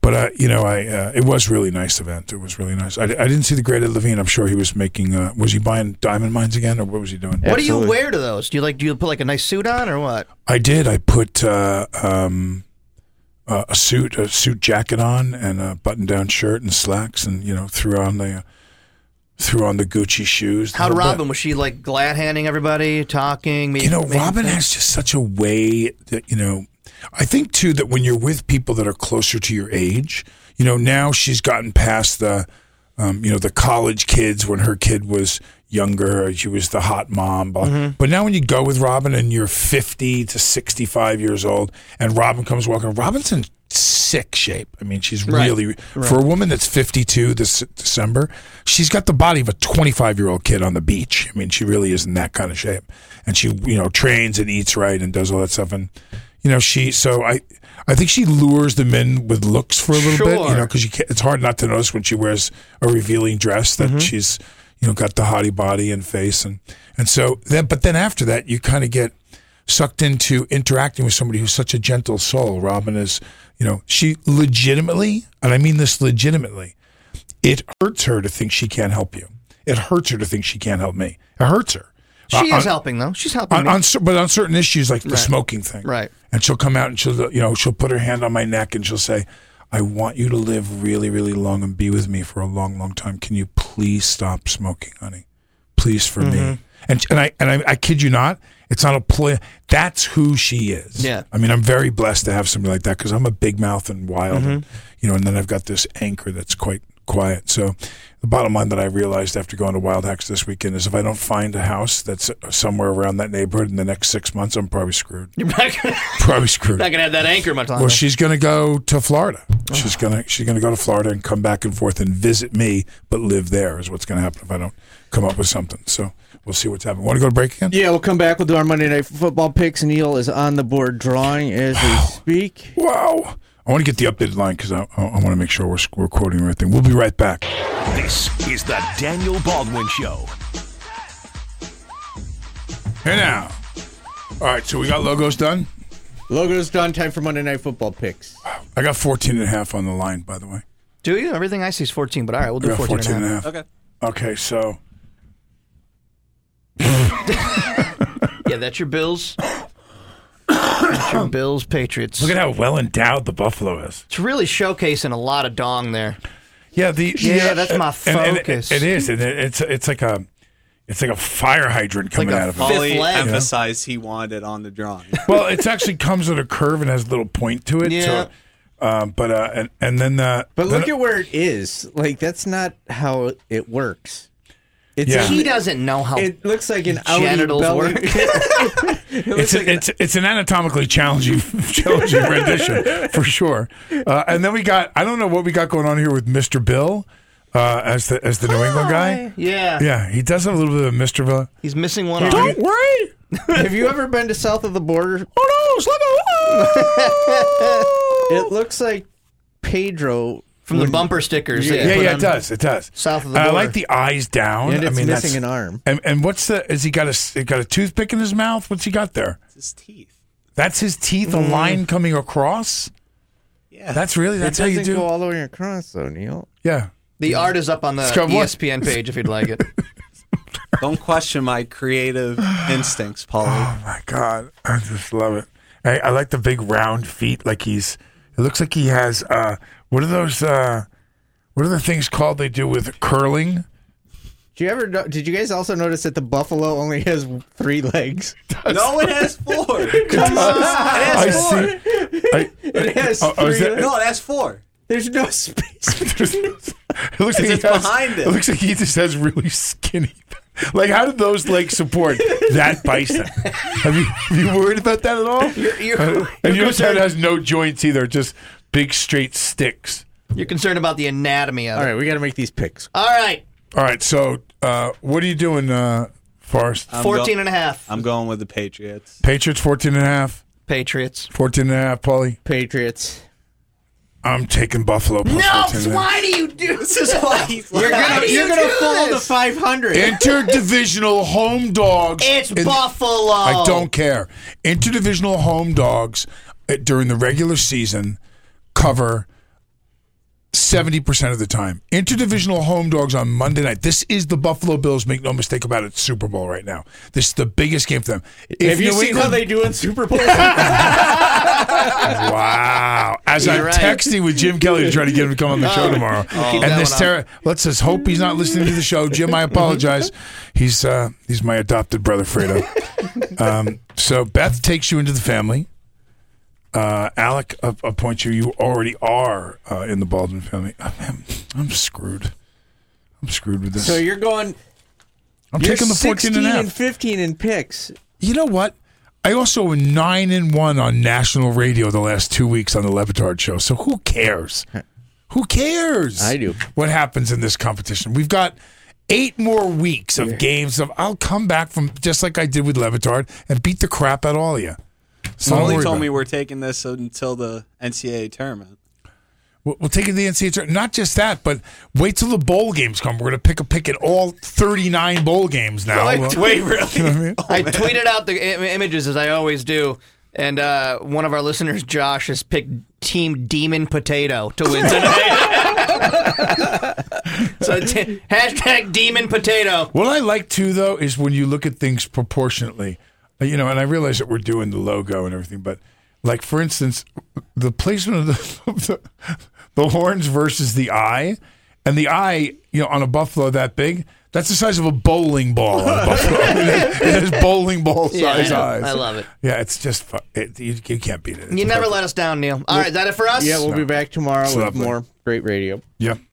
Speaker 4: But uh, you know, I uh, it was really nice event. It was really nice. I, I didn't see the great Ed Levine. I'm sure he was making. Uh, was he buying diamond mines again, or what was he doing?
Speaker 7: What do you wear to those? Do you like? Do you put like a nice suit on or what?
Speaker 4: I did. I put uh, um, uh, a suit, a suit jacket on, and a button-down shirt and slacks, and you know threw on the uh, threw on the Gucci shoes. the
Speaker 7: How'd
Speaker 4: whole bit.
Speaker 7: Robin? Was she like glad handing everybody, talking?
Speaker 4: You know,
Speaker 7: making-
Speaker 4: Robin has just such a way that, you know, I think too that when you're with people that are closer to your age, you know, now she's gotten past the, um, you know, the college kids when her kid was younger, she was the hot mom. blah.
Speaker 15: Mhm.
Speaker 4: But now when you go with Robin and you're 50 to 65 years old and Robin comes walking, Robin's in sick shape. I mean, she's
Speaker 15: Right.
Speaker 4: really,
Speaker 15: Right.
Speaker 4: for a woman that's 52 this December, she's got the body of a 25 year old kid on the beach. I mean, she really is in that kind of shape. And she, you know, trains and eats right and does all that stuff. And, you know, she, so I, I think she lures them in with looks for a little bit, you know,
Speaker 15: Sure.
Speaker 4: because you can't, it's hard not to notice when she wears a revealing dress
Speaker 15: Mm-hmm.
Speaker 4: that she's, you know, got the hottie body and face. And, and so then, but then after that, you kind of get, sucked into interacting with somebody who's such a gentle soul. Robin is, you know, she legitimately, and I mean this legitimately, it hurts her to think she can't help you. It hurts her to think she can't help me. It hurts her.
Speaker 7: She
Speaker 4: Uh,
Speaker 7: is
Speaker 4: on-
Speaker 7: helping though. She's helping.
Speaker 4: on,
Speaker 7: me.
Speaker 4: on, cer- but on certain issues like the
Speaker 7: Right.
Speaker 4: smoking thing,
Speaker 7: Right.
Speaker 4: And she'll come out and she'll, you know, she'll put her hand on my neck and she'll say, "I want you to live really, really long and be with me for a long, long time. Can you please stop smoking, honey? Please for
Speaker 15: Mhm.
Speaker 4: me." And and I and I, I kid you not, it's not a play. That's who she is.
Speaker 15: Yeah.
Speaker 4: I mean, I'm very blessed to have somebody like that because I'm a big mouth and wild, and, you know, and then I've got this anchor that's quite quiet. So the bottom line that I realized after going to Wild Hacks this weekend is if I don't find a house that's somewhere around that neighborhood in the next six months, I'm probably screwed.
Speaker 7: You're not gonna,
Speaker 4: Probably screwed.
Speaker 7: not gonna have that anchor much longer.
Speaker 4: Well, she's going to go to Florida. She's going to she's going to go to Florida and come back and forth and visit me, but live there is what's going to happen if I don't come up with something. So we'll see what's happening. Want to go to break again?
Speaker 3: Yeah, we'll come back. We'll do our Monday Night Football picks. Neil is on the board drawing as we speak.
Speaker 4: Wow. I want to get the updated line because I, I, I want to make sure we're, we're quoting the right thing. We'll be right back.
Speaker 6: This is the Daniel Baldwin Show.
Speaker 4: Hey now. All right, so we got logos done.
Speaker 3: Logos done. Time for Monday Night Football picks.
Speaker 4: I got 14 and a half on the line, by the way.
Speaker 7: Do you? Everything I see is 14, but all right, we'll do
Speaker 4: I got
Speaker 7: 14,
Speaker 4: 14
Speaker 7: and a half.
Speaker 4: Okay. Okay, so
Speaker 7: Yeah, that's your Bills. that's your Bills, Patriots.
Speaker 4: look at how well endowed the Buffalo is.
Speaker 7: It's really showcasing a lot of dong there.
Speaker 4: Yeah, the
Speaker 7: Yeah, that's my
Speaker 4: and- and it-
Speaker 7: focus.
Speaker 4: it is, and it, it's it's like a it's like a fire hydrant coming out of it.
Speaker 1: fully
Speaker 4: You know?
Speaker 1: emphasized he wanted it on the drawing.
Speaker 4: well, it actually comes with a curve and has a little point to it.
Speaker 3: Yeah.
Speaker 4: So, uh, but uh, and and then uh,
Speaker 3: But
Speaker 4: then-
Speaker 3: look at where it is. Like that's not how it works.
Speaker 4: Yeah. He
Speaker 7: doesn't know how
Speaker 3: it looks like an
Speaker 7: genitals
Speaker 3: Audi belly.
Speaker 7: work.
Speaker 4: it's, a, it's it's an anatomically challenging challenging rendition for sure. Uh, and then we got I don't know what we got going on here with Mr. Bill uh, as the as the New England guy.
Speaker 7: Yeah.
Speaker 4: Yeah, he does have a little bit of Mr. Bill.
Speaker 7: He's missing one
Speaker 4: Don't
Speaker 7: arm.
Speaker 4: worry.
Speaker 3: Have you ever been to south of the border?
Speaker 4: Oh no,
Speaker 3: It looks like Pedro
Speaker 7: From the bumper stickers that
Speaker 4: Yeah,
Speaker 7: you
Speaker 4: yeah,
Speaker 7: put
Speaker 4: it
Speaker 7: on-
Speaker 4: does. It does.
Speaker 7: South of the
Speaker 4: And I
Speaker 7: border.
Speaker 4: like the eyes down.
Speaker 3: And
Speaker 4: I
Speaker 3: it's
Speaker 4: mean,
Speaker 3: missing
Speaker 4: that's-
Speaker 3: an arm.
Speaker 4: And and what's the? Has he got a he got a toothpick in his mouth? What's he got there?
Speaker 1: his teeth.
Speaker 4: That's his teeth. A
Speaker 3: Mm.
Speaker 4: line coming across.
Speaker 1: Yeah,
Speaker 4: that's really
Speaker 3: It
Speaker 4: that's how you
Speaker 3: doesn't
Speaker 4: do.
Speaker 3: go all the way across, though, Neil.
Speaker 4: yeah,
Speaker 7: The art is up on the E
Speaker 3: It's got what?
Speaker 7: ESPN page if you'd like it.
Speaker 1: Don't question my creative instincts, Paulie.
Speaker 4: my God, I just love it. I, I like the big round feet. Like he's, it looks like he has. Uh, what are those? Uh, what are the things called they do with curling?
Speaker 3: Did you ever? no- Did you guys also notice that the buffalo only has three legs?
Speaker 1: No, it has four.
Speaker 3: Come on.
Speaker 4: I see. I,
Speaker 3: It has
Speaker 4: Oh, oh, is
Speaker 3: three
Speaker 4: that-
Speaker 3: legs.
Speaker 1: No, that's four.
Speaker 3: There's no space.
Speaker 4: It looks like he
Speaker 1: Because it's
Speaker 4: has-
Speaker 1: behind
Speaker 4: it.
Speaker 1: it.
Speaker 4: looks like he just has really skinny. Like, how did those legs support that bicep? Have you, have you worried about that at all?
Speaker 7: you're-
Speaker 4: Uh,
Speaker 7: you're
Speaker 4: and your head
Speaker 7: concerned-
Speaker 4: has no joints either, just big straight sticks.
Speaker 7: You're concerned about the anatomy of it.
Speaker 3: we got to make these picks.
Speaker 7: All right.
Speaker 4: All right, so uh, what are you doing, uh, Forrest?
Speaker 7: 14 and a half.
Speaker 1: I'm going with the Patriots.
Speaker 4: Patriots, 14 and a half.
Speaker 7: Patriots.
Speaker 4: 14 and a half, Paulie.
Speaker 3: Patriots.
Speaker 4: I'm taking Buffalo. plus 14 and a half.
Speaker 7: do you do
Speaker 14: this? Is why he's
Speaker 3: You're
Speaker 14: why
Speaker 3: gonna
Speaker 14: do
Speaker 3: you're
Speaker 14: you
Speaker 3: gonna
Speaker 14: do
Speaker 3: follow
Speaker 14: this?
Speaker 3: the 500.
Speaker 4: Interdivisional home dogs.
Speaker 14: It's
Speaker 4: in-
Speaker 14: Buffalo.
Speaker 4: I don't care. Interdivisional home dogs uh, during the regular season cover 70% of the time. Interdivisional home dogs on Monday night. This is the Buffalo Bills, make no mistake about it, Super Bowl right now. This is the biggest game for them. If
Speaker 3: Have you
Speaker 4: New
Speaker 3: seen how
Speaker 4: England-
Speaker 3: they do in Super Bowl?
Speaker 4: Wow. As
Speaker 3: You're
Speaker 4: I'm
Speaker 3: right.
Speaker 4: texting with Jim Kelly to try to get him to come on the show
Speaker 3: Oh.
Speaker 4: tomorrow.
Speaker 3: Oh. Keep that
Speaker 4: And this
Speaker 3: one
Speaker 4: terror let's just hope he's not listening to the show. Jim, I apologize. He's uh, he's my adopted brother Fredo. um, so Beth takes you into the family. Uh, Alec app- appoints you. You already are uh, in the Baldwin family. I'm, I'm screwed. I'm screwed with this.
Speaker 3: so you're going.
Speaker 4: I'm
Speaker 3: you're
Speaker 4: taking the 14
Speaker 3: 16
Speaker 4: and a half.
Speaker 3: and 15 in picks.
Speaker 4: You know what? I also went nine and one on national radio the last two weeks on the Levitard show. So who cares? Who cares? I do. What happens in this competition? We've got eight more weeks of games of I'll come back from just like I did with Levitard and beat the crap out of all of you. So don't
Speaker 1: Molly
Speaker 4: worry about
Speaker 1: told
Speaker 4: it.
Speaker 1: me we're taking this until the NCAA tournament.
Speaker 4: We'll, we'll take it to the NCAA tournament. Not just that, but wait till the bowl games come. We're going to pick a pick at all 39 bowl games now.
Speaker 7: I
Speaker 4: Well,
Speaker 7: tweet-
Speaker 4: You know what I mean?
Speaker 7: I tweeted out the Im- images as I always do, and uh, one of our listeners, Josh, has picked Team Demon Potato to win today. so t- hashtag Demon Potato.
Speaker 4: What I like too, though, is when you look at things proportionately. Uh, You know, and I realize that we're doing the logo and everything, but like for instance, the placement of the of the, the horns versus the eye, and the eye, you know, on a buffalo that big, that's the size of a bowling ball. On a buffalo. it has bowling ball
Speaker 7: Yeah, I
Speaker 4: size
Speaker 7: know.
Speaker 4: eyes.
Speaker 7: I love it.
Speaker 4: Yeah, it's just fu- it, you, you can't beat it.
Speaker 7: You never let us down, Neil. All right, is that it for us?
Speaker 3: Yeah, we'll be
Speaker 4: No.
Speaker 3: back tomorrow
Speaker 4: It's
Speaker 3: with
Speaker 4: lovely.
Speaker 3: more great radio.
Speaker 4: Yep.